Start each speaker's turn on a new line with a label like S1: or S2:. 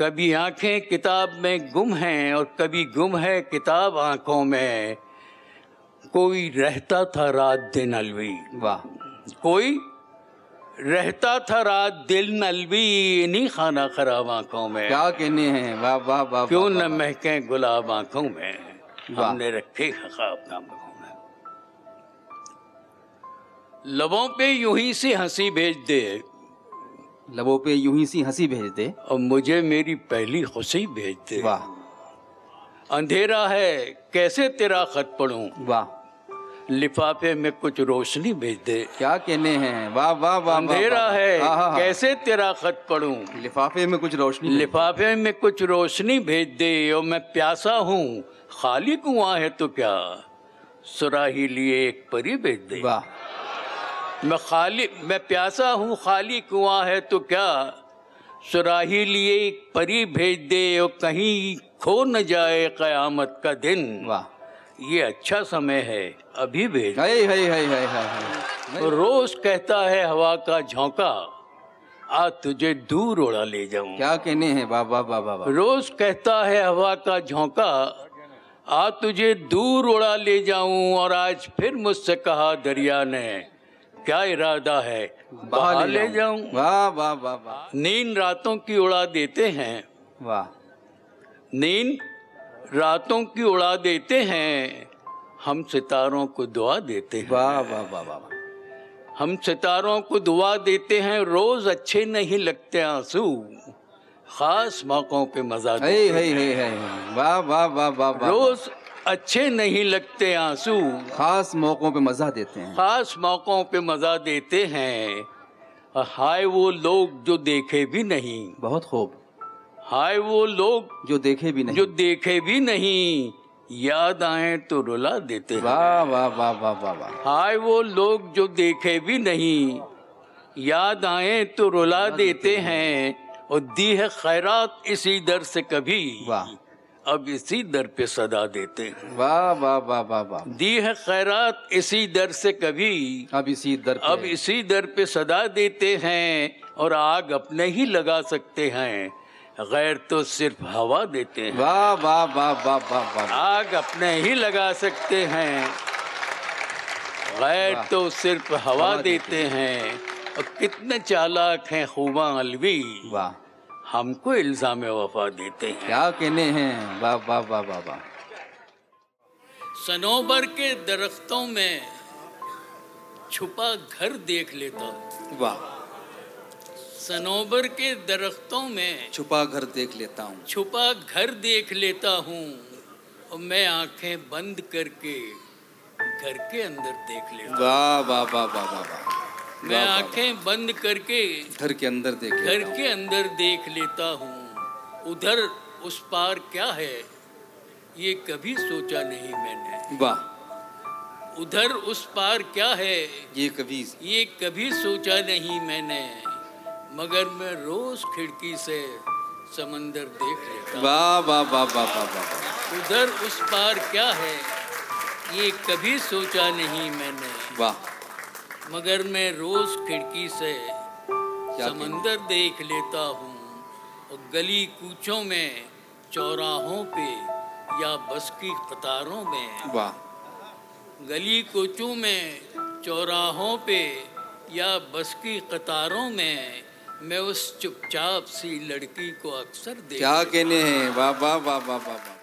S1: कभी आंखें किताब में गुम हैं और कभी गुम है किताब आंखों में कोई रहता था रात दिन अलवी
S2: वाह
S1: कोई रहता था रात दिल अलवी इन्हीं खाना खराब आंखों में
S2: क्या कहने हैं वाह वाह वाह
S1: क्यों
S2: वाह,
S1: न
S2: वाह,
S1: महके गुलाब आंखों में
S2: वाह।
S1: हमने रखे खखाब नाम आंखों में लबों पे यूं ही से हंसी भेज दे
S2: वाह। लबों पे यूं ही सी हंसी भेज दे
S1: और मुझे मेरी पहली खुशी भेज दे
S2: वाह
S1: अंधेरा है कैसे तेरा खत पढ़ूं
S2: वाह
S1: लिफाफे में कुछ रोशनी भेज दे
S2: क्या कहने हैं वाह वाह वाह हाँ,
S1: अंधेरा है
S2: कैसे
S1: कैसे तेरा खत पढ़ूं
S2: लिफाफे में कुछ रोशनी भेज दे।
S1: लिफाफे में कुछ रोशनी भेज दे और मैं प्यासा हूँ खाली कुआं है तो क्या सुराही लिए एक परी भेज दे
S2: वाह
S1: मैं खाली मैं प्यासा हूँ खाली कुआं है तो क्या सुराही लिए एक परी भेज दे और कहीं खो न जाए कयामत का दिन
S2: वाह
S1: ये अच्छा समय है अभी भेज दे।
S2: हाय हाय हाय हाय हाय हाय।
S1: रोज कहता है हवा का झोंका आज तुझे दूर उड़ा ले जाऊं
S2: क्या कहने हैं वाह वाह वाह वाह वाह।
S1: रोज कहता है हवा का झोंका आज तुझे दूर उड़ा ले जाऊं और आज फिर मुझसे कहा दरिया ने क्या इरादा है बहा ले जाऊं
S2: वाह वाह वाह वाह
S1: नींद रातों की उड़ा देते हैं
S2: वाह
S1: नींद रातों की उड़ा देते हैं हम सितारों को दुआ देते हैं
S2: वाह वाह वाह वाह वाह।
S1: हम सितारों को दुआ देते हैं रोज अच्छे नहीं लगते आंसू खास मौकों पे मजा देते
S2: हाय
S1: हैं।
S2: हाय हाय हाय हाय। वाह वाह वाह वाह वाह
S1: रोज अच्छे नहीं लगते आंसू
S2: खास मौकों पे मजा देते हैं
S1: खास मौकों पे मजा देते हैं हाय वो लोग जो देखे भी नहीं
S2: बहुत खूब
S1: हाय वो लोग
S2: जो देखे भी नहीं
S1: जो देखे भी नहीं याद आए तो रुला देते हैं
S2: वाह वाह वाह वाह वाह वाह
S1: हाय वो लोग जो देखे भी नहीं याद आए तो रुला देते हैं और दी है खैरात इसी दर से कभी
S2: वाह
S1: अब इसी दर पे सदा देते हैं
S2: वाह वाह वाह वाह वाह
S1: दी है खैरात इसी दर से कभी
S2: अब इसी दर पे-
S1: अब इसी दर पे सदा देते हैं और आग अपने ही लगा सकते हैं गैर तो सिर्फ हवा देते हैं
S2: वाह वाह वाह वाह वाह वाह
S1: आग अपने ही लगा सकते हैं गैर
S2: वाह।
S1: तो सिर्फ हवा
S2: हवा देते
S1: देते हैं और कितने चालाक हैं खूबा अलवी
S2: वाह
S1: हमको इल्जाम वफा देते हैं
S2: क्या कहने हैं वाह वाह वाह वाह वाह
S1: सनोबर के दरख्तों में छुपा घर देख लेता हूँ
S2: वाह
S1: सनोबर के दरख्तों में
S2: छुपा घर देख लेता हूँ
S1: छुपा घर देख लेता हूँ और मैं आंखें बंद करके घर के अंदर देख लेता
S2: वाह वाह वाह वाह वाह वाह
S1: हूँ मैं
S2: वाह,
S1: आंखें बंद करके
S2: घर के अंदर देख
S1: घर
S2: लेता हूँ
S1: के अंदर देख लेता हूँ उधर उस पार क्या है ये कभी सोचा नहीं मैंने
S2: वाह
S1: उधर उस पार क्या है
S2: ये कभी
S1: ये कभी सोचा नहीं मैंने मगर मैं रोज खिड़की से समंदर देख लेता हूँ
S2: वाह वाह वाह वाह वाह वाह
S1: उधर उस पार क्या है ये कभी सोचा नहीं मैंने
S2: वाह
S1: मगर मैं रोज खिड़की से समंदर देख लेता हूँ और गली कूचों में चौराहों पे या बस की कतारों में
S2: वाह
S1: गली कोचों में चौराहों पे या बस की कतारों में मैं उस चुपचाप सी लड़की को अक्सर देख
S2: क्या कहने हैं वाह वाह वाह वाह वाह वाह